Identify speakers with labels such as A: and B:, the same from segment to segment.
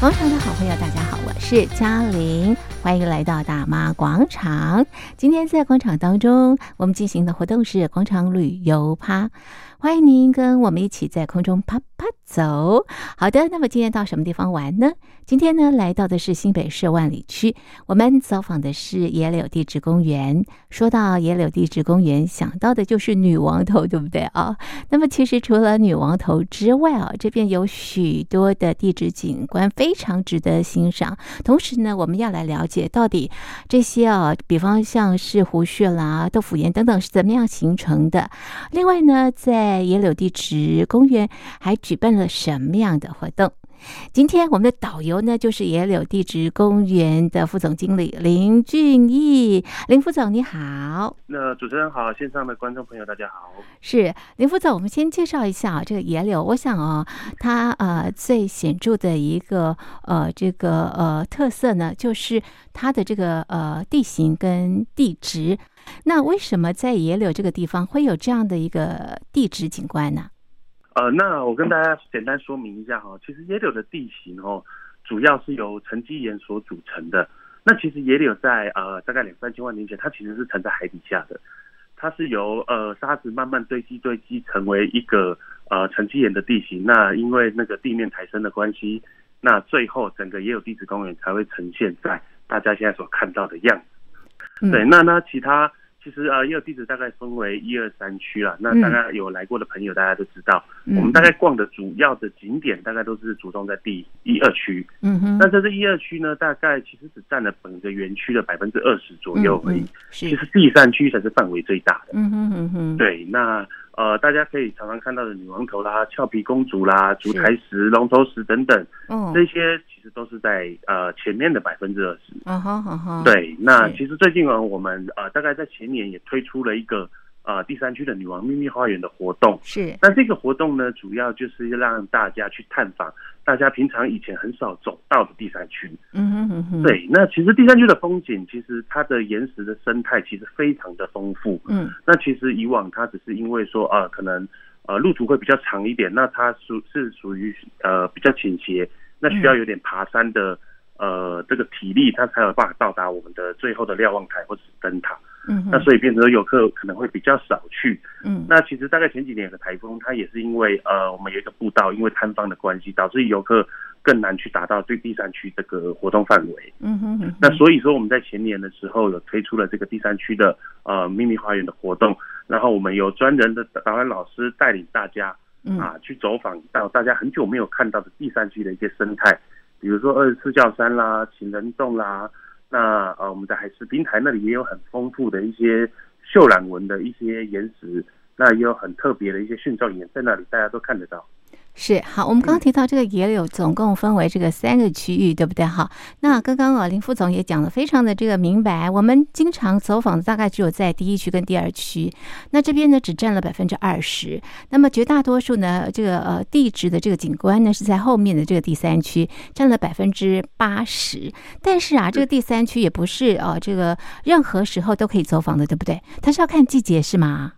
A: 广场的好朋友，大家好，我是嘉玲，欢迎来到大妈广场。今天在广场当中，我们进行的活动是广场旅游趴，欢迎您跟我们一起在空中啪啪走。好的，那么今天到什么地方玩呢？今天呢，来到的是新北市万里区，我们走访的是野柳地质公园。说到野柳地质公园，想到的就是女王头，对不对啊？那么其实除了女王头之外啊，这边有许多的地质景观非常值得欣赏。同时呢，我们要来了解到底这些啊，比方像是胡穴啦、豆腐岩等等是怎么样形成的。另外呢，在野柳地质公园还举办了什么样的活动？今天我们的导游呢，就是野柳地质公园的副总经理林俊义，林副总你好。
B: 那主持人好，线上的观众朋友大家好。
A: 是林副总，我们先介绍一下啊，这个野柳，我想啊，它呃最显著的一个呃这个呃特色呢，就是它的这个呃地形跟地质。那为什么在野柳这个地方会有这样的一个地质景观呢？
B: 呃，那我跟大家简单说明一下哈，其实野柳的地形哦，主要是由沉积岩所组成的。那其实野柳在呃大概两三千万年前，它其实是沉在海底下的，它是由呃沙子慢慢堆积堆积成为一个呃沉积岩的地形。那因为那个地面抬升的关系，那最后整个野柳地质公园才会呈现在大家现在所看到的样子。
A: 嗯
B: 对，那那其他其实呃，也有地址大概分为一二三区啦。
A: 嗯
B: 那大概有来过的朋友，大家都知道，我们大概逛的主要的景点大概都是着重在第一二区。
A: 嗯哼，
B: 那在这一二区呢，大概其实只占了整个园区的百分之二十左右而已。
A: 嗯嗯
B: 其
A: 是，
B: 实第三区才是范围最大的。
A: 嗯哼嗯哼，
B: 对，那呃，大家可以常常看到的女王头啦、俏皮公主啦、烛台石、龙头石等等，
A: 嗯，
B: 这些其实都是在呃前面的百分之二十。
A: 啊哈啊哈，，
B: 对，那
A: 是
B: 其实最近呢，我们呃大概在前年也推出了一个呃第三区的女王秘密花园的活动。
A: 是，
B: 那这个活动呢，主要就是让大家去探访大家平常以前很少走到的第三区。
A: 嗯哼嗯哼，，
B: 对，那其实第三区的风景，其实它的岩石的生态其实非常的丰富。
A: 嗯
B: 那其实以往它只是因为说呃可能呃路途会比较长一点，那它属是属于呃比较倾斜，那需要有点爬山的、呃这个体力，它才有办法到达我们的最后的瞭望台或者是灯塔。
A: 嗯哼，
B: 那所以变成游客可能会比较少去。
A: 嗯
B: 那其实大概前几年有个台风，它也是因为呃我们有一个步道因为摊方的关系，导致游客更难去达到对第三区这个活动范围。
A: 嗯哼嗯哼，
B: 那所以说我们在前年的时候有推出了这个第三区的呃秘密花园的活动，然后我们有专人的导览老师带领大家
A: 嗯
B: 啊去走访到大家很久没有看到的第三区的一些生态，比如说二十四教山啦、情人洞啦，那呃我们在海事平台那里也有很丰富的一些秀兰纹的一些岩石，那也有很特别的一些殉葬岩在那里，大家都看得到。
A: 是好，我们刚
B: 嗯
A: 刚提到这个野柳，总共分为这个三个区域，对不对？哈，那刚刚啊，林副总也讲的非常的这个明白。我们经常走访的大概只有在第一区跟第二区，那这边呢只占了百分之二十，那么绝大多数呢，这个呃地质的这个景观呢是在后面的这个第三区，占了百分之八十。但是啊，这个第三区也不是哦、呃这个任何时候都可以走访的，对不对？它是要看季节是吗？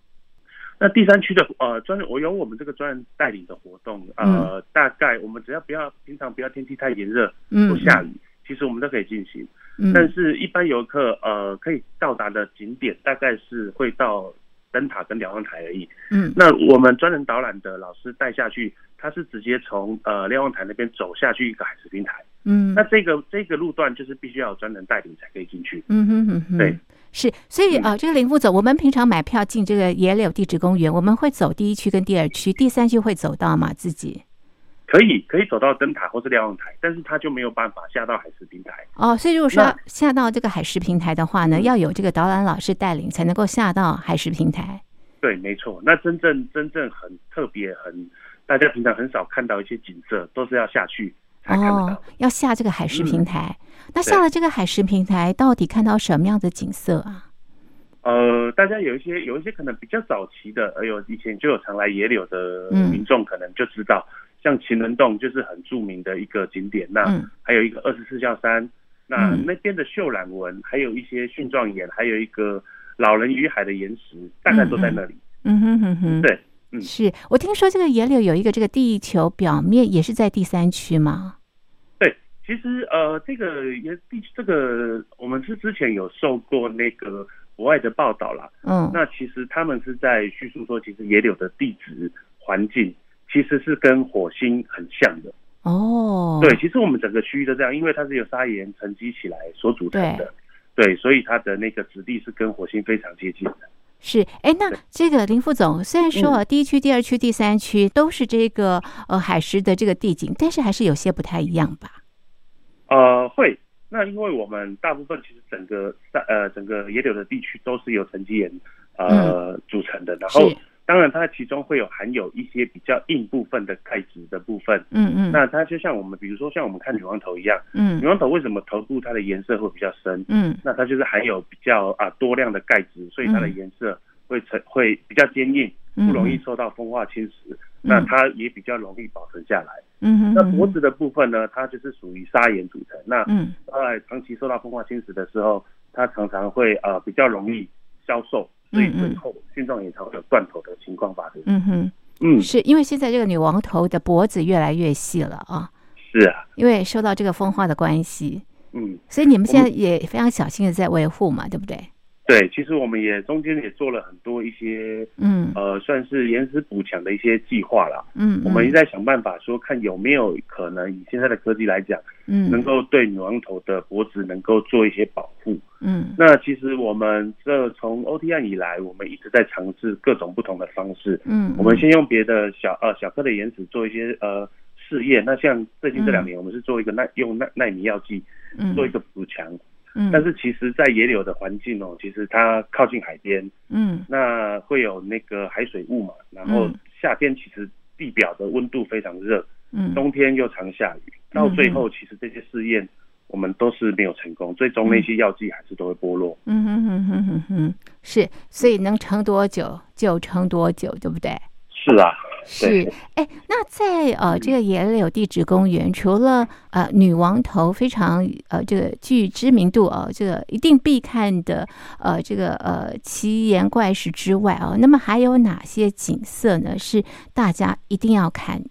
B: 那第三区的呃专人，我有我们这个专人带领的活动，呃，大概我们只要不要平常不要天气太炎热
A: 嗯，
B: 或下雨，其实我们都可以进行。
A: 嗯，
B: 啊但是，一般游客呃可以到达的景点大概是会到灯塔跟瞭望台而已。
A: 嗯
B: 那我们专人导览的老师带下去，他是直接从呃瞭望台那边走下去一个海石平台。
A: 嗯
B: 那这个这个路段就是必须要有专人带领才可以进去。
A: 嗯哼哼哼，
B: 对，嗯
A: 是，所以啊、呃这个林副总，我们平常买票进这个野柳地质公园，我们会走第一区跟第二区，第三区会走到嘛自己。
B: 可以可以走到灯塔或是瞭望台，但是他就没有办法下到海石平台。
A: 哦，所以如果说
B: 那嗯
A: 要下到这个海事平台的话呢，要有这个导览老师带领才能够下到海事平台。
B: 对，没错。那真正真正很特别，很大家平常很少看到一些景色，都是要下去才看得到。
A: 哦，要下这个海事平台。那
B: 对
A: 下了这个海事平台，到底看到什么样的景色啊？
B: 呃，大家有一些有一些可能比较早期的，呃，有以前就有常来野柳的
A: 嗯
B: 民众可能就知道，像情人洞就是很著名的一个景点。那
A: 嗯
B: 还有一个二十四孝山，那
A: 嗯
B: 那边的秀兰纹，还有一些殉状岩，还有一个老人与海的岩石，大概都在那里。
A: 嗯哼哼哼，
B: 对，嗯
A: 是我听说这个野柳有一个这个地球表面也是在第三区嘛？
B: 对，其实呃，这个也地这个我们是之前有受过那个国外的报道啦。
A: 嗯
B: 那其实他们是在叙述说，其实野柳的地质环境其实是跟火星很像的。
A: 哦，
B: 对，其实我们整个区域都这样，因为它是由砂岩沉积起来所组成的。对，所以它的那个质地是跟火星非常接近的。
A: 是，哎，那这个林副总，虽然说啊，
B: 嗯
A: 第一区、第二区、第三区都是这个呃海蚀的这个地景，但是还是有些不太一样吧？
B: 呃，会。那因为我们大部分其实整个山呃整个野柳的地区都是由沉积岩呃、组成的，然后
A: 嗯是
B: 当然它其中会有含有一些比较硬部分的钙质的部分。
A: 嗯嗯
B: 那它就像我们比如说像我们看女王头一样，女
A: 嗯
B: 王头为什么头部它的颜色会比较深？
A: 嗯
B: 那它就是含有比较啊多量的钙质，所以它的
A: 嗯
B: 颜色会成会比较坚硬，
A: 嗯，
B: 不容易受到风化侵蚀。那
A: 嗯
B: 它也比较容易保存下来。
A: 嗯。嗯
B: 那脖子的部分呢，它就是属于砂岩组成。那
A: 嗯
B: 在长期受到风化侵蚀的时候，它常常会呃比较容易消瘦，所以
A: 嗯嗯
B: 最后心脏也常会有断头的情况发生。
A: 嗯哼，
B: 嗯，
A: 是因为现在这个女王头的脖子越来越细了啊，
B: 是啊，
A: 因为受到这个风化的关系，
B: 嗯，
A: 所以你们
B: 我
A: 现
B: 们
A: 在也非常小心的在维护嘛，对不对？
B: 对，其实我们也中间也做了很多一些
A: 嗯
B: 呃算是延时补强的一些计划啦。
A: 嗯，
B: 我们一
A: 嗯
B: 直在想办法说，看有没有可能以现在的科技来讲，能
A: 嗯
B: 够对女王头的脖子能够做一些保护。
A: 嗯
B: 那其实我们这从 OT 案以来，我们一直在尝试各种不同的方式。
A: 嗯，
B: 我们先用别的小呃小颗的岩石做一些呃试验。那像最近这两年，我们是做一个耐用耐耐米药剂
A: 嗯
B: 做一个补强，
A: 嗯，
B: 但是其实，在野柳的环境哦，其实它靠近海边，
A: 嗯
B: 那会有那个海水雾嘛，然后
A: 嗯
B: 夏天其实地表的温度非常热，
A: 嗯
B: 冬天又常下雨，到最后其实这些试验我们都是没有成功，最终那些药剂还是都会剥落。
A: 嗯哼哼哼哼哼，是，所以能撑多久就撑多久，对不对？
B: 是啊，
A: 是，哎，那在呃这个野柳地质公园，除了呃女王头非常呃这个具知名度哦、这个一定必看的呃这个呃奇岩怪石之外哦，那么还有哪些景色呢？是大家一定要看的？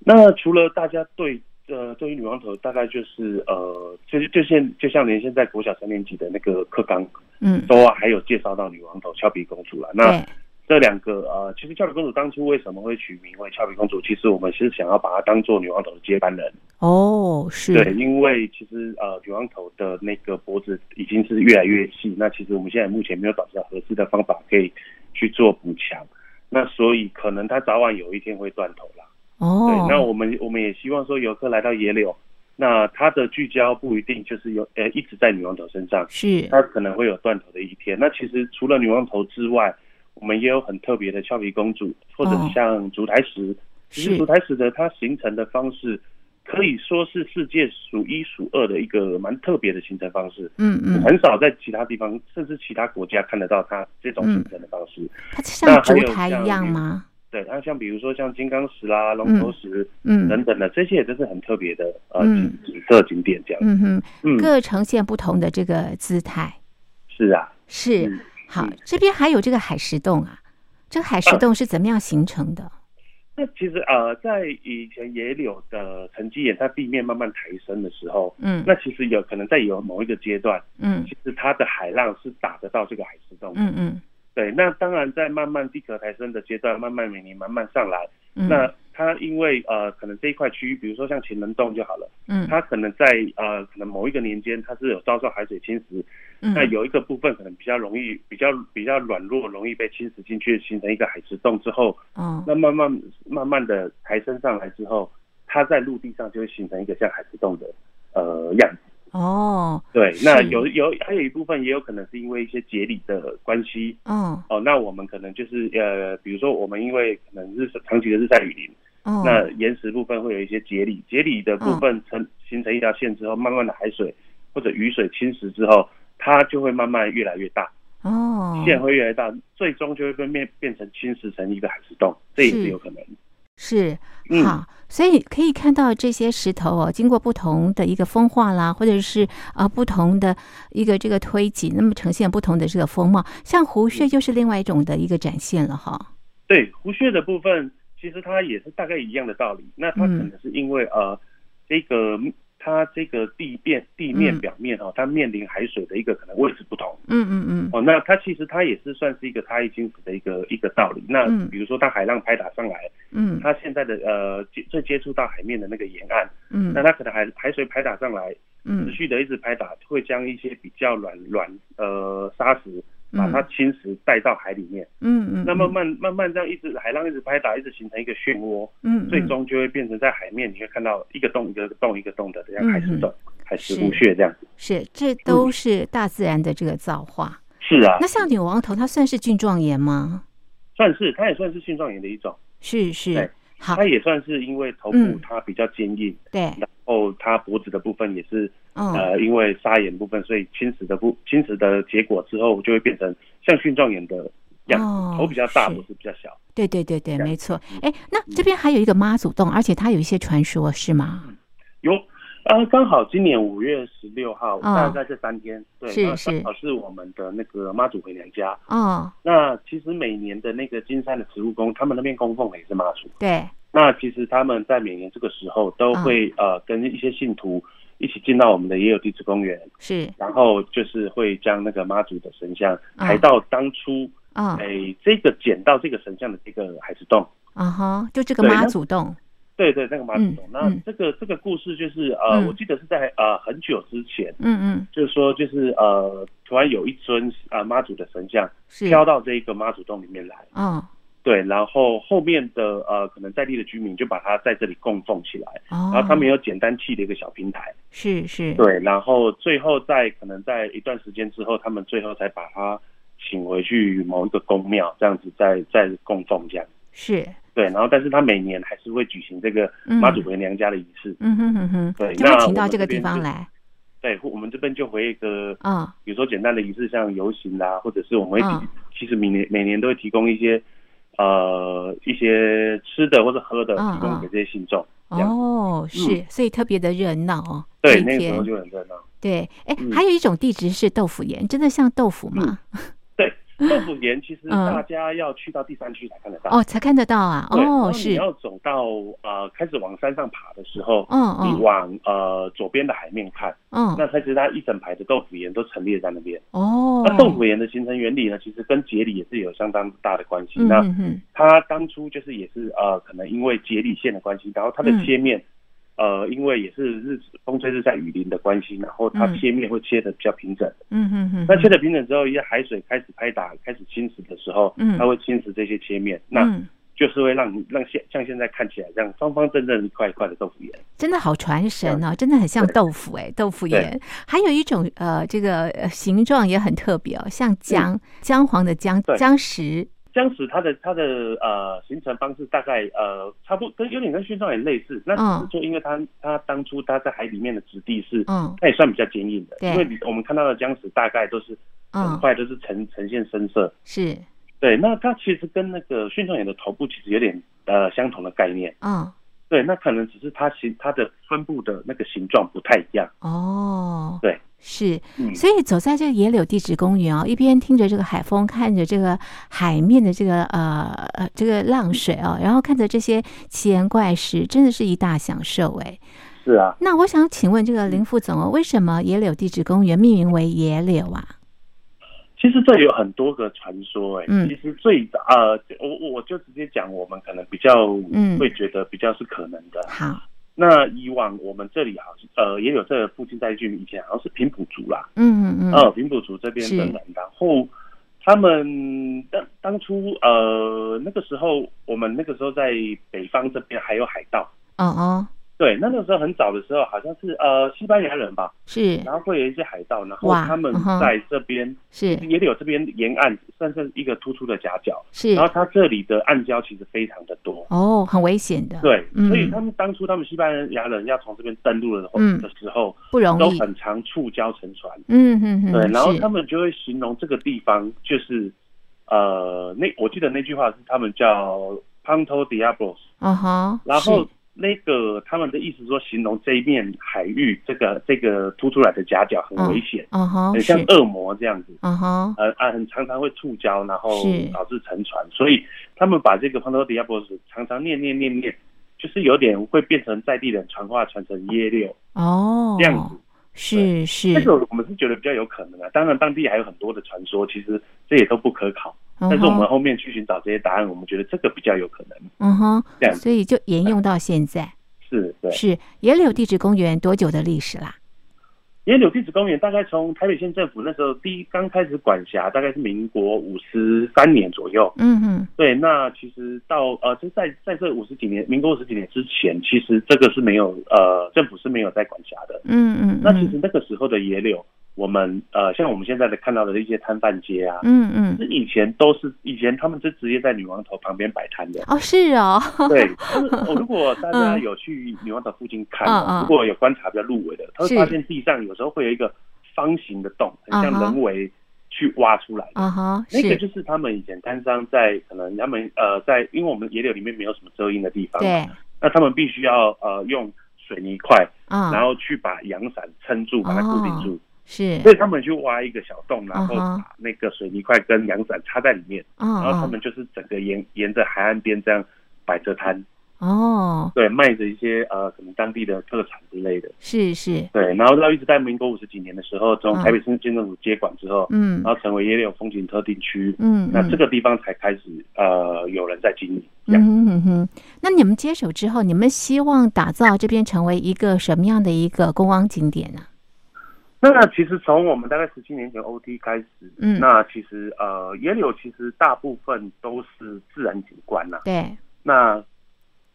B: 那除了大家对呃对于女王头，大概就是呃，就是就现就像连现在国小三年级的那个课纲
A: 嗯，
B: 都啊，还有介绍到女王头、俏皮公主了。那
A: 对，
B: 这两个呃，其实俏皮公主当初为什么会取名为俏皮公主？其实我们是想要把它当做女王头的接班人。
A: 哦，
B: 对，
A: 是，
B: 因为其实呃，女王头的那个脖子已经是越来越细，那其实我们现在目前没有找到合适的方法可以去做补强，那所以可能它早晚有一天会断头啦。对，
A: 哦，
B: 那我们我们也希望说游客来到野柳，那他的聚焦不一定就是有呃一直在女王头身上，
A: 是，
B: 他可能会有断头的一天。那其实除了女王头之外，我们也有很特别的俏皮公主，或者
A: 哦
B: 像烛台石。其实
A: 是
B: 烛台石的它形成的方式，可以说是世界数一数二的一个蛮特别的形成方式。
A: 嗯嗯，
B: 很少在其他地方，甚至其他国家看得到它这种形成的方式。
A: 它
B: 那
A: 像
B: 还
A: 烛
B: 有
A: 台
B: 像
A: 一样
B: 女
A: 吗？
B: 对，它像比如说像金刚石啦、龙头石、
A: 嗯
B: 等等的，这些也都是很特别的呃
A: 嗯
B: 景景色景点这样。
A: 嗯哼，
B: 嗯，
A: 各呈现不同的这个姿态。
B: 是啊，
A: 是，
B: 嗯
A: 好
B: 嗯，
A: 这边还有这个海石洞啊，这个海石洞是怎么样形成
B: 啊
A: 的？
B: 那其实呃，在以前野柳的沉积岩，它地面慢慢抬升的时候，
A: 嗯
B: 那其实有可能在有某一个阶段，
A: 嗯
B: 其实它的海浪是打得到这个海蚀洞。
A: 嗯嗯
B: 对，那当然在慢慢地壳抬升的阶段，慢慢每年慢慢上来，
A: 嗯，
B: 那它因为呃，可能这一块区域，比如说像情人洞就好了，
A: 嗯
B: 它可能在呃，可能某一个年间，它是有遭受海水侵蚀，
A: 嗯
B: 那有一个部分可能比较容易、比较比较软弱，容易被侵蚀进去，形成一个海蚀洞之后，
A: 哦
B: 那慢慢慢慢的抬升上来之后，它在陆地上就会形成一个像海蚀洞的呃样子。
A: 哦
B: 对，
A: 是
B: 那有有还有一部分也有可能是因为一些节理的关系
A: 哦
B: 哦。那我们可能就是呃，比如说我们因为可能日长期的日晒雨淋，
A: 哦，
B: 那岩石部分会有一些节理，节理的部
A: 嗯
B: 分成形成一条线之后，慢慢的海水或者雨水侵蚀之后，它就会慢慢越来越大，
A: 哦
B: 线会越来越大，最终就会变变变成侵蚀成一个海蚀洞，这也
A: 是
B: 是有可能。
A: 是
B: 嗯
A: 好，所以可以看到这些石头哦，经过不同的一个风化啦，或者是啊、不同的一个这个推挤，那么呈现不同的这个风貌。像湖穴就是另外一种的一个展现了哈。嗯
B: 对，湖穴的部分其实它也是大概一样的道理。那它可能是因为、呃，这个它这个地变地面表面哦，它面临海水的一个可能位置不同
A: 嗯嗯嗯，
B: 哦，那它其实它也是算是一个差异清楚的一个一个道理。那
A: 嗯
B: 比如说，它海浪拍打上来，
A: 嗯
B: 它现在的呃接最接触到海面的那个沿岸，
A: 嗯
B: 那它可能海海水拍打上来，持
A: 嗯
B: 续的一直拍打，会将一些比较软软呃沙石把
A: 嗯
B: 它侵蚀带到海里面。
A: 嗯嗯，
B: 那慢慢慢慢这样一直海浪一直拍打，一直形成一个漩涡，
A: 嗯，
B: 最终就会变成在海面你会看到一个洞一个洞一个洞的这样海
A: 嗯
B: 石
A: 嗯
B: 洞、海石
A: 是
B: 湖穴这样。
A: 是这都是大自然的这个造化。
B: 是啊
A: 那，像女王头，它算是菌状炎吗？
B: 算是它也算是性状炎的一种，
A: 是是
B: 对，
A: 好，
B: 它也算是因为头部
A: 啊嗯
B: 它比较坚硬，
A: 对，
B: 然后它脖子的部分也是
A: 嗯
B: 呃因为沙眼部分，所以侵蚀的部侵蚀的结果之后就会变成像性状炎的样
A: 哦
B: 子，头比较大，嗯
A: 是
B: 脖子比较小。
A: 对对对对，
B: 这样
A: 没错。哎，那这边还有一个妈祖洞，而且它有一些传说，是吗？
B: 有，呃，刚好今年五月十六号，
A: 啊
B: 大概这三天，对，
A: 是
B: 那
A: 是
B: 刚好是我们的那个妈祖回娘家。
A: 哦，
B: 那其实每年的那个金山的慈务宫，他们那边供奉的也是妈祖。
A: 对，
B: 那其实他们在每年这个时候都
A: 嗯
B: 会、呃跟一些信徒一起进到我们的也有地质公园，
A: 是，
B: 然后就是会将那个妈祖的神像
A: 啊
B: 抬到当初
A: 嗯
B: 哎、这个捡到这个神像的这个海石洞。
A: 啊哈，就这个
B: 对
A: 妈
B: 那
A: 祖洞，
B: 对对，那个妈祖洞。
A: 嗯
B: 那
A: 嗯
B: 这个这个故事就是呃，
A: 嗯
B: 我记得是在呃很久之前。
A: 嗯嗯，
B: 就是说，就是呃，突然有一尊啊、呃妈祖的神像
A: 是，
B: 飘到这一个妈祖洞里面来，
A: 哦
B: 对，然后后面的呃可能在地的居民就把它在这里供奉起来，
A: 哦，嗯
B: 然后他们有简单砌了一个小平台，
A: 是是，
B: 对，然后最后在可能在一段时间之后，他们最后才把它请回去某一个宫庙，这样子再再供奉这样，
A: 是，
B: 对，然后但是他每年还是会举行这个妈祖回娘家的仪式，
A: 嗯哼哼哼，
B: 对
A: 就
B: 那
A: 会
B: 我
A: 请到
B: 们
A: 这个
B: 这
A: 地
B: 边
A: 方
B: 就
A: 来，
B: 对，我们这边就回一个
A: 啊，
B: 比如说简单的仪式，像游行啦，或者是我们会提，
A: 嗯
B: 其实每年每年都会提供一些呃一些吃的或者喝的，
A: 嗯
B: 提供给这些信众。这样嗯
A: 哦，是，所以特别的热闹哦，
B: 对，
A: 这
B: 那
A: 一
B: 个时候
A: 天，
B: 就很 热闹。
A: 对，哎，
B: 嗯
A: 还有一种地址是豆腐岩，真的像豆腐吗？
B: 对，豆腐岩其实
A: 嗯
B: 大家要去到第三区才看得到。
A: 哦，才看得到啊，
B: 嗯对，然后
A: 哦，
B: 你
A: 是，
B: 要走到呃开始往山上爬的时候，
A: 嗯
B: 你
A: 嗯
B: 往呃左边的海面看，
A: 嗯，
B: 那它其实它一整排的豆腐岩都陈列在那边。
A: 哦，
B: 那豆腐岩的形成原理呢，其实跟节理也是有相当大的关系。
A: 嗯
B: 那
A: 嗯嗯，
B: 它当初就是也是呃，可能因为节理线的关系，然后它的
A: 嗯
B: 切面，呃，因为也是日风吹日晒雨淋的关系，然后它
A: 嗯
B: 切面会切的比较平整。
A: 嗯哼哼，
B: 那切的平整之后，一些海水开始拍打、开始侵蚀的时候，
A: 嗯
B: 它会侵蚀这些切面，那
A: 嗯，
B: 就是会让你让现像现在看起来这样方方正正一块一块的豆腐岩。
A: 真的好传神哦，真的很像
B: 对
A: 豆腐哎，豆腐
B: 对
A: 岩。还有一种呃，这个呃形状也很特别哦，像姜姜黄的姜
B: 嗯对
A: 姜石，
B: 僵尸它的它的呃形成方式大概呃差不多跟有点跟殉葬岩类似，那只
A: 嗯
B: 是说因为它它当初它在海里面的质地是
A: 嗯
B: 它也算比较坚硬的，
A: 对
B: 因为你我们看到的僵尸大概都是很
A: 嗯，
B: 快都是呈呈现深色。
A: 是
B: 对，那它其实跟那个殉葬岩的头部其实有点呃相同的概念。
A: 嗯
B: 对，那可能只是它形它的分布的那个形状不太一样。
A: 哦，
B: 对，
A: 是。
B: 嗯，
A: 所以走在这个野柳地质公园哦，一边听着这个海风，看着这个海面的这个呃呃这个浪水哦，然后看着这些奇岩怪石，真的是一大享受哎。
B: 是啊，
A: 那我想请问这个林副总哦，为什么野柳地质公园命名为野柳啊？
B: 其实这有很多个传说哎、
A: 嗯
B: 其实最早呃，我我我就直接讲我们可能比较
A: 嗯
B: 会觉得比较是可能的。
A: 好，
B: 那以往我们这里好像呃也有这附近在一句以前好像是平埔族啦，
A: 嗯嗯嗯，
B: 呃平埔族这边
A: 是
B: 的人，然后他们当当初呃那个时候我们那个时候在北方这边还有海盗，
A: 哦哦，
B: 对，那个时候很早的时候好像是呃西班牙人吧，
A: 是
B: 然后会有一些海盗，然后
A: 哇
B: 他们
A: 嗯哼
B: 在这边
A: 是
B: 也有这边沿岸算是一个突出的夹角，
A: 是
B: 然，后它这里的暗礁其实非常的多，
A: 哦，很危险的，
B: 对，所以
A: 嗯
B: 他们当初他们西班牙人要从这边登陆的时候、
A: 嗯
B: 的时候，
A: 不容
B: 都
A: 易，
B: 很常触礁沉船。
A: 嗯嗯嗯，
B: 对，然后
A: 是
B: 他们就会形容这个地方就是，呃，那我记得那句话是他们叫 Ponto Diablos，
A: 哦哈，
B: 然后
A: 是
B: 那个他们的意思说形容这一面海域这个这个凸出来的夹角很危险，
A: 哦哈
B: 很像
A: 是，
B: 恶魔这样子。
A: 哦哈
B: 呃啊，很常常会触礁，然后
A: 是
B: 导致沉船，所以他们把这个 Ponto Diablos 常常念念念念，就是有点会变成在地人传话传成耶六
A: 哦，
B: 这样子。
A: 是是，哦
B: 这个我们是觉得比较有可能啊。当然，当地还有很多的传说，其实这也都不可考。
A: 嗯哼
B: 但是我们后面去寻找这些答案，我们觉得这个比较有可能。
A: 嗯哼
B: 这样，子
A: 所以就沿用到现在。
B: 是对。
A: 是野柳地质公园多久的历史啦？
B: 野柳地质公园大概从台北县政府那时候第一刚开始管辖，大概是民国五十三年左右。
A: 嗯哼，
B: 对，那其实到呃，就在在这五十几年，民国五十几年之前，其实这个是没有呃，政府是没有在管辖的。
A: 嗯嗯，
B: 那其
A: 嗯
B: 实那个时候的野柳，我们呃，像我们现在的看到的一些摊贩街啊，
A: 嗯嗯，。
B: 是以前都是以前他们是直接在女王头旁边摆摊的
A: 哦是哦，
B: 对，他们哦如果大家
A: 嗯
B: 有去女王头附近看，哦
A: 嗯嗯
B: 如果有观察比较入围的，他
A: 是
B: 会发现地上有时候会有一个方形的洞，很
A: 嗯
B: 像
A: 哼
B: 人为去挖出来的。
A: 啊哈，
B: 那个
A: 是，
B: 就是他们以前摊商在可能他们呃在，因为我们野柳里面没有什么遮阴的地方，
A: 对，
B: 那他们必须要呃用水泥块，
A: 啊，
B: 然后去把阳伞撑住，把它固定住，
A: 是
B: 所以他们去挖一个小洞，然后
A: 哦嗯哼
B: 把那个水泥块跟阳伞插在里面。
A: 啊
B: 然后他
A: 啊
B: 们就是整个沿沿着海岸边这样摆着摊，
A: 哦，
B: 对，卖着一些呃可能当地的特产之类的，
A: 是是，
B: 对。然后到一直在民国五十几年的时候，从
A: 嗯
B: 台北市县政府接管之后，
A: 嗯
B: 然后成为也有风景特定区，
A: 嗯，
B: 啊那
A: 嗯
B: 这个地方才开始呃有人在经营。
A: 嗯
B: 这样
A: 哼哼哼，那你们接手之后，你们希望打造这边成为一个什么样的一个观光景点呢？
B: 那其实从我们大概十七年前 OT 开始，
A: 嗯
B: 那其实呃野柳其实大部分都是自然景观呐、
A: 对，
B: 那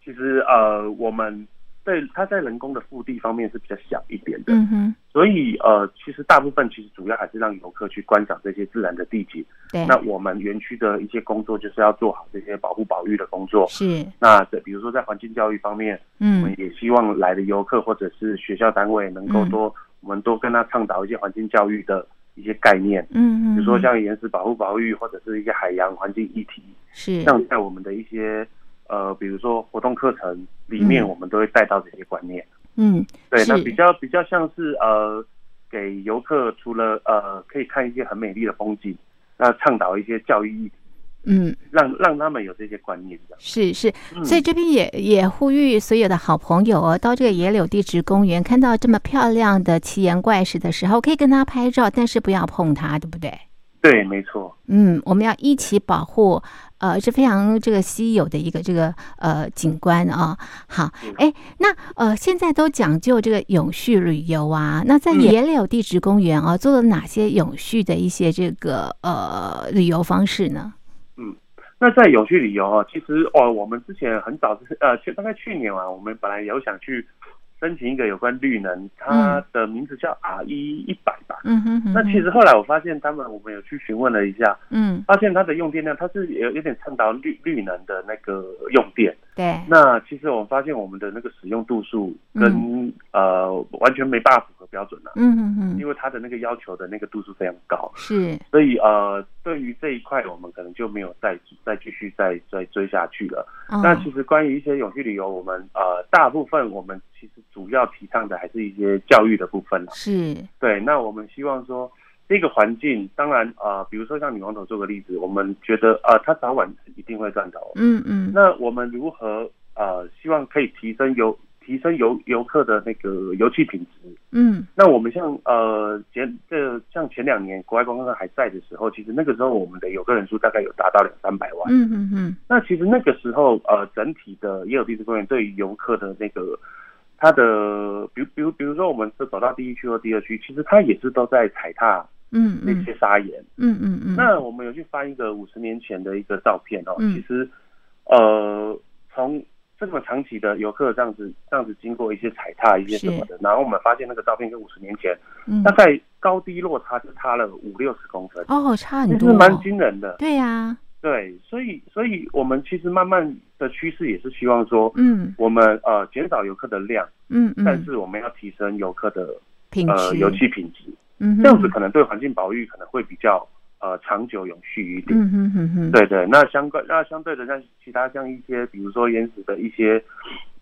B: 其实呃我们对它在人工的腹地方面是比较小一点的，
A: 嗯哼，
B: 所以呃，其实大部分其实主要还是让游客去观赏这些自然的地景。
A: 对，
B: 那我们园区的一些工作就是要做好这些保护保育的工作。
A: 是，
B: 那这比如说在环境教育方面，我
A: 嗯
B: 们也希望来的游客或者是学校单位能够多，我们多跟他倡导一些环境教育的一些概念，比
A: 嗯，
B: 如说
A: 嗯
B: 像岩石保护保育或者是一些海洋环境议题，
A: 嗯是，
B: 像在我们的一些呃，比如说活动课程里面，
A: 嗯
B: 我们都会带到这些观念。
A: 嗯
B: 对，那
A: 是
B: 比较比较像是呃，给游客除了呃可以看一些很美丽的风景，那倡导一些教育意义，
A: 嗯，
B: 让让他们有这些观念这样。
A: 是是，
B: 嗯
A: 所以这边也也呼吁所有的好朋友哦，到这个野柳地质公园看到这么漂亮的奇岩怪石的时候，可以跟它拍照，但是不要碰它，对不对？
B: 对，没错，
A: 嗯，我们要一起保护，呃，是非常这个稀有的一个这个呃景观啊、好，
B: 嗯
A: 哎，那呃，现在都讲究这个永续旅游啊，那在
B: 嗯
A: 野柳地质公园啊，做了哪些永续的一些这个呃旅游方式呢？
B: 那在有趣旅游啊，其实哦，我们之前很早之呃，去大概去年啊，我们本来有想去申请一个有关绿能，它的名字叫 R 一一百吧。
A: 嗯哼哼哼，
B: 那其实后来我发现他们，我们有去询问了一下，
A: 嗯，
B: 发现它的用电量，它是有有点倡导绿绿能的那个用电。
A: 对，
B: 那其实我们发现我们的那个使用度数跟、呃完全没办法符合标准了、
A: 嗯哼哼，
B: 因为它的那个要求的那个度数非常高，
A: 是，
B: 所以呃对于这一块我们可能就没有再再继续再再追下去了。
A: 哦
B: 那其实关于一些永续旅游，我们呃大部分我们其实主要提倡的还是一些教育的部分啦。
A: 是，
B: 对，那我们希望说。这个环境，当然，呃，比如说像女王头做个例子，我们觉得，呃，它早晚一定会赚到。
A: 嗯嗯，
B: 那我们如何呃，希望可以提升游提升游游客的那个油气品质？
A: 嗯
B: 那我们像呃前这像前两年国外观光客还在的时候，其实那个时候我们的游客人数大概有达到两三百万。
A: 嗯嗯嗯，
B: 那其实那个时候呃，整体的也有地质公园对于游客的那个。它的，比如比如比如说，我们是走到第一区或第二区，其实它也是都在踩踏
A: 嗯
B: 那
A: 嗯
B: 些砂岩，
A: 嗯嗯嗯，
B: 那我们有去翻一个五十年前的一个照片哦，
A: 嗯
B: 其实，呃，从这么长期的游客这样子这样子经过一些踩踏一些什么的，然后我们发现那个照片跟五十年前
A: 嗯
B: 大概高低落差就差了五六十公分，
A: 哦，差很
B: 其
A: 多
B: 实
A: 哦，
B: 蛮惊人的。
A: 对呀、
B: 对，所以所以我们其实慢慢的趋势也是希望说，
A: 嗯
B: 我们呃减少游客的量，
A: 嗯嗯，
B: 但是我们要提升游客的
A: 品
B: 呃
A: 质，
B: 油气品质，
A: 嗯哼
B: 这样子可能对环境保育可能会比较呃长久永续一点。
A: 嗯哼哼哼，
B: 对对，那相关那相对的，像其他像一些，比如说原始的一些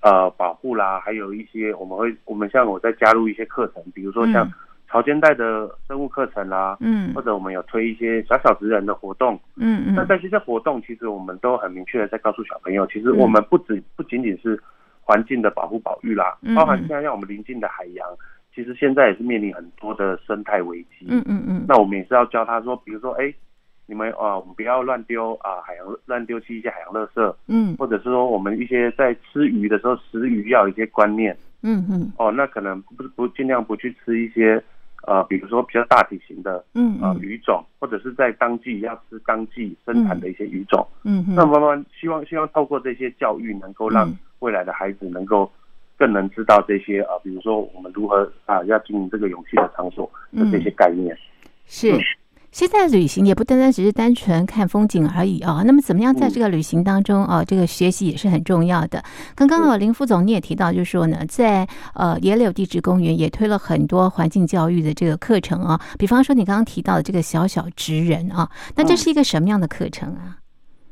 B: 呃保护啦，还有一些我们会我们像我在加入一些课程，比如说像
A: 嗯
B: 潮间带的生物课程啦，
A: 嗯
B: 或者我们有推一些小小职人的活动。
A: 嗯
B: 那
A: 嗯，嗯
B: 在这些活动，其实我们都很明确的在告诉小朋友，其实我们不止不仅仅是环境的保护保育啦
A: 嗯，
B: 包含现在让我们临近的海洋，其实现在也是面临很多的生态危机。
A: 嗯嗯嗯，
B: 那我们也是要教他说，比如说，哎、你们啊、呃我们不要乱丢啊，海洋乱丢弃一些海洋垃圾，
A: 嗯
B: 或者是说我们一些在吃鱼的时候食鱼要有一些观念
A: 嗯嗯
B: 哦，那可能不不尽量不去吃一些呃，比如说比较大体型的
A: 嗯
B: 啊、呃
A: 嗯
B: 鱼种，或者是在当季要吃当季生产的一些鱼种。
A: 嗯
B: 那
A: 嗯
B: 慢慢希望希望透过这些教育，能够让
A: 嗯
B: 未来的孩子能够更能知道这些啊、呃比如说我们如何啊、要经营这个永续的场所的这些
A: 嗯
B: 概念。
A: 是。
B: 嗯
A: 现在旅行也不单单只是单纯看风景而已哦。那么，怎么样在
B: 嗯
A: 这个旅行当中哦，这个学习也是很重要的。刚
B: 嗯
A: 刚哦，林副总你也提到，就是说呢，在呃野柳地质公园也推了很多环境教育的这个课程啊、比方说你刚刚提到的这个小小职人啊、那这
B: 嗯
A: 是一个什么样的课程啊？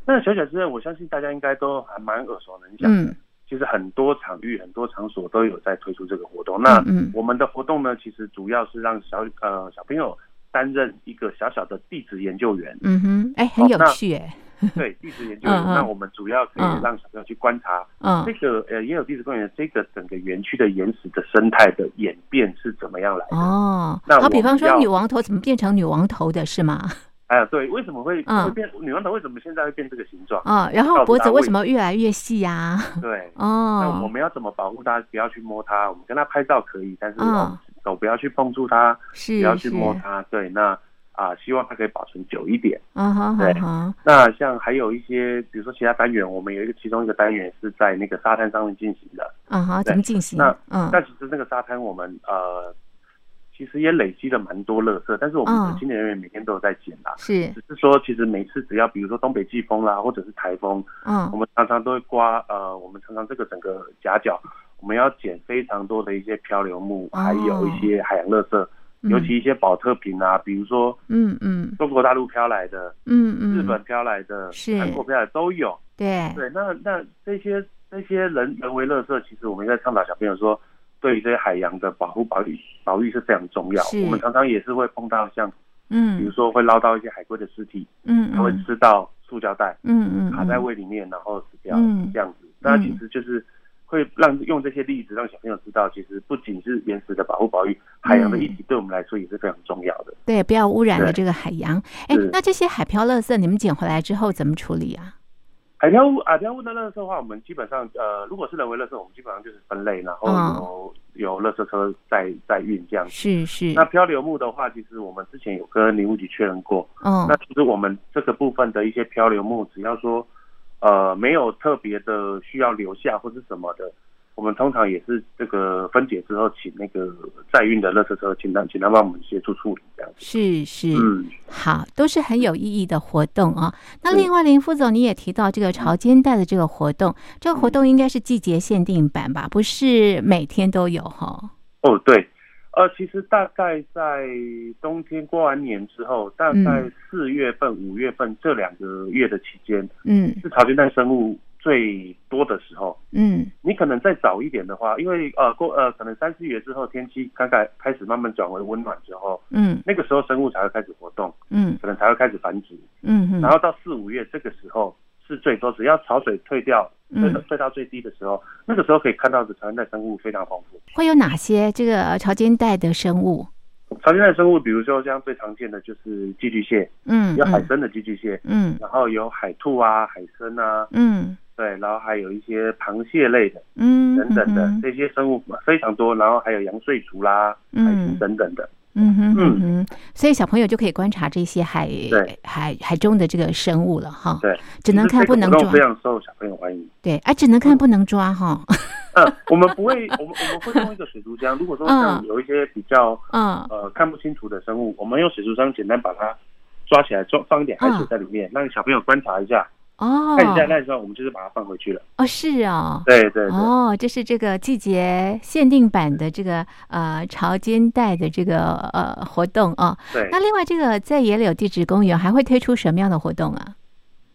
B: 那小小之人，我相信大家应该都还蛮耳熟能详。
A: 嗯
B: 其实很多场域、很多场所都有在推出这个活动。那
A: 嗯嗯，
B: 我们的活动呢，其实主要是让小呃小朋友担任一个小小的地质研究员
A: 嗯哼，哎，很
B: 哦
A: 有
B: 那
A: 趣哎，
B: 对地质研究员。
A: 嗯嗯
B: 那我们主要可以
A: 嗯
B: 让小朋友去观察
A: 嗯
B: 这个呃也有地质公园这个整个园区的岩石的生态的演变是怎么样来的？
A: 哦，
B: 那
A: 好，
B: 我
A: 比
B: 们
A: 方说
B: 要
A: 女王头怎么变成女王头的是吗？
B: 哎、对，为什么会、
A: 嗯
B: 会变女王头？为什么现在会变这个形状？
A: 哦，然后
B: 到
A: 脖
B: 达
A: 子为
B: 位
A: 什么越来越细呀、
B: 对，那我
A: 嗯哦，
B: 们要怎么保护它？不要去摸它，我们跟它拍照可以，但是
A: 嗯
B: 哦手不要去碰触它，不
A: 是
B: 要
A: 嗯
B: 去
A: 是，
B: 摸它。对，那啊、希望它可以保存久一点。
A: 啊哈哈
B: 对
A: 哈，
B: 那像还有一些，比如说其他单元，我们有一个其中一个单元是在那个沙滩上面进行的。
A: 啊哈，怎
B: 对
A: 么进行
B: 那？
A: 嗯
B: 那其实那个沙滩我们呃，其实也累积了蛮多垃圾，但是我们
A: 嗯
B: 的清洁人员每天都有在捡啦。
A: 是，
B: 只是说，其实每次只要比如说东北季风啦，或者是台风，我
A: 嗯
B: 们常常都会刮呃，我们常常这个整个夹角，我们要捡非常多的一些漂流木，
A: 哦
B: 还有一些海洋垃圾，
A: 嗯
B: 尤其一些保特瓶啊，比如说
A: 嗯嗯
B: 中国大陆飘来的、
A: 嗯嗯，
B: 日本飘来的、
A: 是
B: 韩国飘来的都有。
A: 对，
B: 对，那那这些这些人人为垃圾，其实我们在倡导小朋友说，对于这些海洋的保护保育保育是非常重要
A: 是。
B: 我们常常也是会碰到像，比如
A: 嗯
B: 说会捞到一些海龟的尸体，
A: 嗯
B: 它会
A: 嗯
B: 吃到塑胶袋，
A: 嗯嗯，
B: 卡在
A: 嗯
B: 胃里面，然后死掉
A: 嗯，
B: 这样子。那其实就是会让用这些例子让小朋友知道，其实不仅是原始的保护保育，海洋的
A: 嗯
B: 议题对我们来说也是非常重要的。
A: 对，不要污染了
B: 对
A: 这个海洋。哎
B: 是，
A: 那这些海漂垃圾你们捡回来之后怎么处理啊？
B: 海漂物海漂物的垃圾的话，我们基本上呃，如果是人为垃圾，我们基本上就是分类，然后
A: 嗯
B: 有、有垃圾车载载运这样子。
A: 是是，
B: 那漂流木的话，其实我们之前有跟林务局确认过，
A: 嗯
B: 那其实我们这个部分的一些漂流木，只要说呃没有特别的需要留下或是什么的，我们通常也是这个分解之后，请那个载运的垃圾车，请他请他帮我们协助处理这样子。
A: 是是，
B: 嗯，
A: 好，都是很有意义的活动啊。那
B: 是
A: 另外，林副总你也提到这个潮间带的这个活动，这
B: 嗯
A: 个活动应该是季节限定版吧？不是每天都有哈？
B: 哦，对，呃，其实大概在冬天过完年之后，大概四月份、五月份这两个月的期间，
A: 嗯
B: 是潮间带生物最多的时候。
A: 嗯
B: 你可能再早一点的话，因为呃过呃可能三四月之后天气刚刚开始慢慢转为温暖之后，
A: 嗯
B: 那个时候生物才会开始活动，
A: 嗯
B: 可能才会开始繁殖。
A: 嗯
B: 然
A: 嗯，
B: 后到四五月这个时候是最多，只要潮水退掉，退到
A: 嗯
B: 退到最低的时候，那个时候可以看到的潮间带生物非常丰富。
A: 会有哪些这个潮间带的生物？
B: 常见的生物，比如说像最常见的就是寄居蟹，
A: 嗯
B: 有海
A: 嗯
B: 参的寄居蟹，
A: 嗯
B: 然后有海兔啊、海参啊，
A: 嗯
B: 对，然后还有一些螃蟹类的
A: 嗯
B: 等等的
A: 嗯
B: 这些生物非常多，然后还有羊睡竹啦、海
A: 嗯
B: 豚等等的。
A: 嗯哼嗯哼，所以小朋友就可以观察这些海
B: 对
A: 海海中的这个生物了哈。
B: 对，
A: 只能看不能
B: 其实
A: 抓
B: 这个活动非，常受小朋友欢迎。
A: 对，啊，只能看不能抓哈。
B: 嗯，我们不会，我们我们会用一个水族箱。如果说像
A: 嗯
B: 有一些比较
A: 嗯
B: 呃看不清楚的生物，我们用水族箱简单把它抓起来，装放一点
A: 嗯
B: 海水在里面，让小朋友观察一下，
A: 哦，
B: 看一下那时候我们就是把它放回去了。
A: 哦，是哦。
B: 对对对。
A: 哦，这是这个季节限定版的这个呃潮间带的这个呃活动哦。
B: 对，
A: 那另外，这个在野柳地质公园还会推出什么样的活动啊？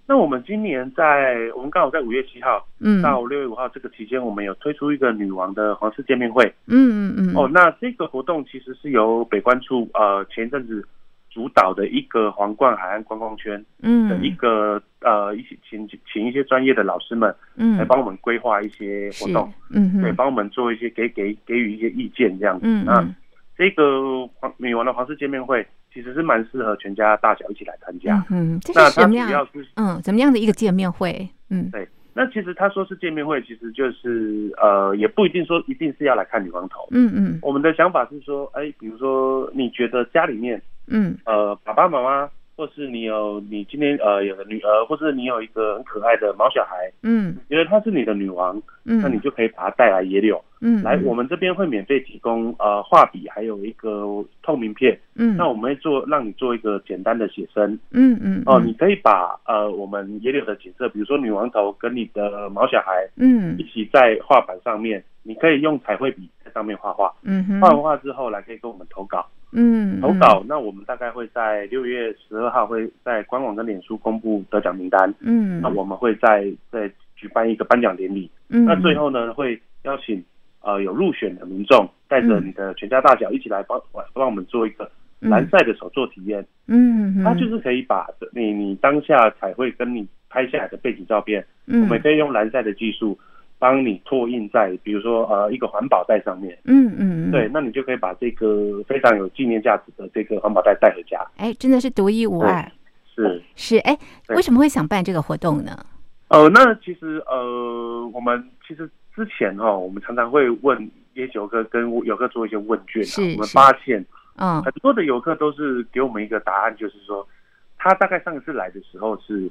B: 那我们今年在我们刚好在五月七号
A: 嗯嗯
B: 到六月五号这个期间，我们有推出一个女王的皇室见面会。
A: 嗯嗯，
B: 哦哦，那这个活动其实是由北关处呃前一阵子主导的一个皇冠海岸观光圈的一
A: 嗯
B: 个、呃，一些请请一些专业的老师们来
A: 嗯，
B: 帮我们规划一些活
A: 是
B: 动，
A: 嗯
B: 对，
A: 哼，
B: 帮我们做一些给给给予一些意见这样子。
A: 嗯
B: 那
A: 嗯
B: 这个黄女王的皇室见面会其实是蛮适合全家大小一起来参加。
A: 嗯哼，这
B: 那
A: 是什
B: 它主
A: 么样
B: 要？是
A: 嗯，怎么样的一个见面会？嗯
B: 那其实他说是见面会，其实就是呃，也不一定说一定是要来看女王头。
A: 嗯嗯
B: 我们的想法是说，哎，比如说你觉得家里面
A: 嗯
B: 呃爸爸妈妈，或是你有你今天呃有个女儿，或是你有一个很可爱的毛小孩，
A: 嗯
B: 觉得她是你的女王，
A: 嗯，
B: 那你就可以把她带来野柳。
A: 嗯
B: 来，我们这边会免费提供呃画笔，还有一个透明片。
A: 嗯
B: 那我们会做让你做一个简单的写生
A: 嗯嗯
B: 哦，你可以把呃我们野柳的景色，比如说女王头跟你的毛小孩。
A: 嗯
B: 一起在画板上面，你可以用彩绘笔在上面画画，
A: 嗯哼
B: 画完画之后来可以跟我们投稿，
A: 嗯
B: 啊投稿那我们大概会在六月十二号会在官网跟脸书公布得奖名单，
A: 嗯，
B: 啊那我们会再再举办一个颁奖典礼，
A: 嗯
B: 那最后呢会邀请呃有入选的民众带着
A: 嗯
B: 你的全家大小一起来帮帮我们做一个。蓝晒的手作体验，
A: 嗯，
B: 它就是可以把你你当下彩绘跟你拍下来的背景照片，
A: 嗯
B: 我们可以用蓝晒的技术帮你拓印在，比如说呃一个环保袋上面，
A: 嗯嗯嗯
B: 对，，那你就可以把这个非常有纪念价值的这个环保袋带回家。
A: 哎，真的是独一无二。
B: 是，
A: 是哎，
B: 对
A: 为什么会想办这个活动呢？
B: 呃，那其实呃我们其实之前哈、哦，我们常常会问也许游客跟游客做一些问卷、啊，
A: 是
B: 我们
A: 是
B: 发现
A: 嗯
B: 很多的游客都是给我们一个答案，就是说他大概上一次来的时候是。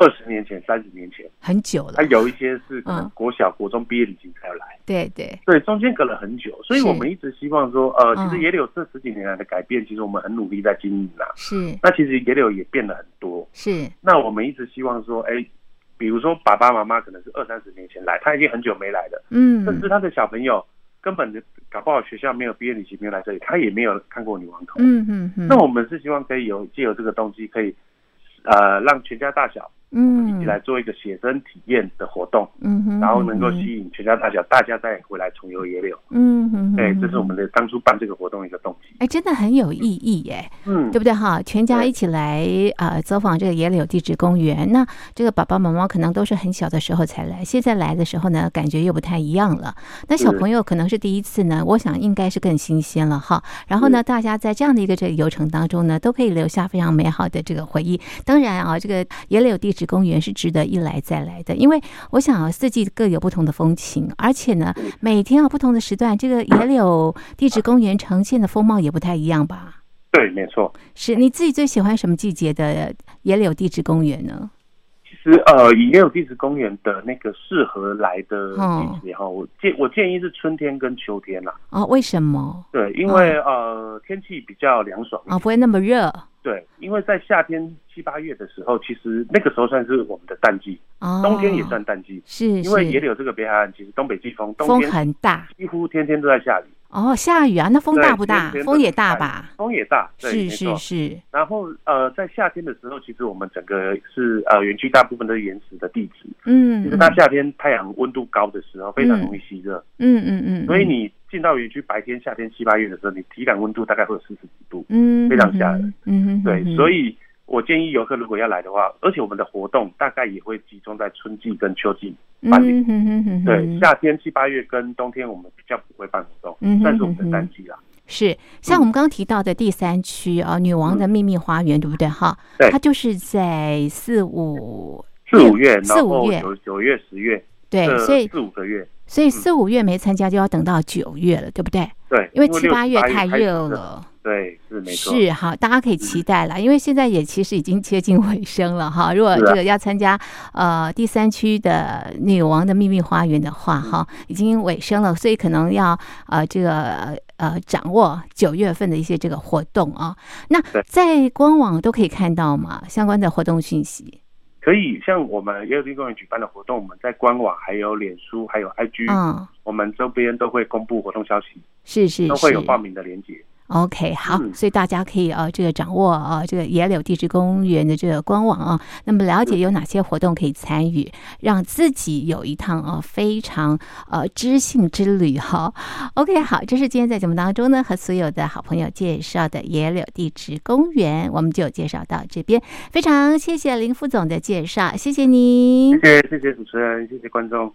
B: 二十年前、三十年前，
A: 很久了
B: 他，有一些是可能
A: 嗯
B: 国小、国中毕业旅行才有来。
A: 对对，
B: 对，中间隔了很久，所以
A: 是
B: 我们一直希望说，呃，
A: 嗯
B: 其实野柳这十几年来的改变，其实我们很努力在经营啦、啊
A: 是
B: 那其实野柳也变了很多。
A: 是，
B: 那我们一直希望说，哎，比如说爸爸妈妈可能是二三十年前来，他已经很久没来了，
A: 嗯
B: 甚至他的小朋友根本就搞不好学校没有毕业旅行没有来这里，他也没有看过女王头。
A: 嗯嗯嗯，
B: 那我们是希望可以有借由这个东西，可以呃让全家大小一
A: 嗯
B: 起来做一个写真体验的活动，
A: 嗯哼，
B: 然后能够吸引全家大小，大家再回来重游野柳。
A: 嗯嗯，
B: 对，这是我们的当初办这个活动一个动机。
A: 哎，真的很有意义耶。
B: 嗯
A: 对，不对哈？全家
B: 对
A: 一起来呃走访这个野柳地质公园。那这个爸爸妈妈可能都是很小的时候才来，现在来的时候呢，感觉又不太一样了。那小
B: 是
A: 朋友可能是第一次呢，我想应该是更新鲜了哈。然后呢，
B: 是
A: 大家在这样的一个这个游程当中呢，都可以留下非常美好的这个回忆。当然啊，这个野柳地质公园是值得一来再来的，因为我想啊，四季各有不同的风情，而且呢
B: 对，
A: 每天啊不同的时段，这个野柳地质公园呈现的风貌也不太一样吧。
B: 对，没错。
A: 是你自己最喜欢什么季节的野柳地质公园呢？
B: 其实呃，以也有地质公园的那个适合来的季节哈、我建我建议是春天跟秋天啦。
A: 哦，为什么
B: 对，因为、
A: 哦
B: 呃天气比较凉爽一
A: 啊、
B: 点。
A: 不会那么热
B: 对，因为在夏天七八月的时候，其实那个时候算是我们的淡季，
A: 哦？
B: 冬天也算淡季。
A: 是，
B: 因为
A: 是
B: 野柳这个北海岸，其实东北季风，冬
A: 风
B: 天
A: 很大
B: 几乎天天都在下雨，
A: 哦，下雨啊，那风大
B: 对
A: 不大
B: 天？天
A: 风
B: 都
A: 也
B: 是
A: 大
B: 白
A: 吧？
B: 风也大。对，
A: 是
B: 没
A: 是
B: 错。
A: 是，
B: 然后呃，在夏天的时候，其实我们整个是呃园区大部分都是原始的地质，其
A: 嗯
B: 实它夏天太阳温度高的时候，非常容易吸热，
A: 嗯嗯嗯，
B: 所以你进到园区白天夏天七八月的时候，你体感温度大概会有四十几度。
A: 嗯
B: 非常吓人，
A: 嗯嗯，
B: 对，所
A: 以
B: 以我建议游客如果要来的话，而且我们的活动大概也会集中在春季跟秋季。办理
A: 嗯哼哼哼
B: 对，
A: 哼
B: 夏天七八月跟冬天我们比较不会办活
A: 嗯哼
B: 动，算是我们的淡季啦。
A: 是，像我们刚刚提到的第三区啊，女王的秘密花园，对不对哈？
B: 嗯对
A: 它就是在四五
B: 四五月，
A: 四
B: 然
A: 五
B: 后
A: 月
B: 九九月、十月，
A: 对，
B: 这
A: 所以
B: 四五个月，
A: 所以四五月没参加，就要等到九月了，对不对？
B: 对，
A: 因为
B: 六
A: 七八月太
B: 开始
A: 热，了。
B: 对，是没错，嗯
A: 是哈，大家可以期待了，因为现在也其实已经接近 尾声了哈。如果
B: 是
A: 这
B: 啊
A: 个要参加呃第三区的女王的秘密花园的话
B: 嗯
A: 哈，已经尾声了，所以可能要呃这个呃掌握九月份的一些这个活动啊。那
B: 对
A: 在官网都可以看到嘛相关的活动讯息
B: 可以像我们耶鲁地公园举办的活动，我们在官网、还有脸书、还有 IG，、
A: 啊、嗯，
B: 我们周边都会公布活动消息，
A: 是是
B: 都会
A: 是
B: 有报名的连接。
A: OK，好，
B: 嗯
A: 所以大家可以呃这个掌握呃这个野柳地质公园的这个官网啊，那么了解有哪些活动可以参与，让自己有一趟啊非常呃知性之旅哈。OK，好，这是今天在节目当中呢和所有的好朋友介绍的野柳地质公园，我们就介绍到这边，非常谢谢林副总的介绍，谢谢您。
B: 谢谢谢谢主持人，谢谢观众。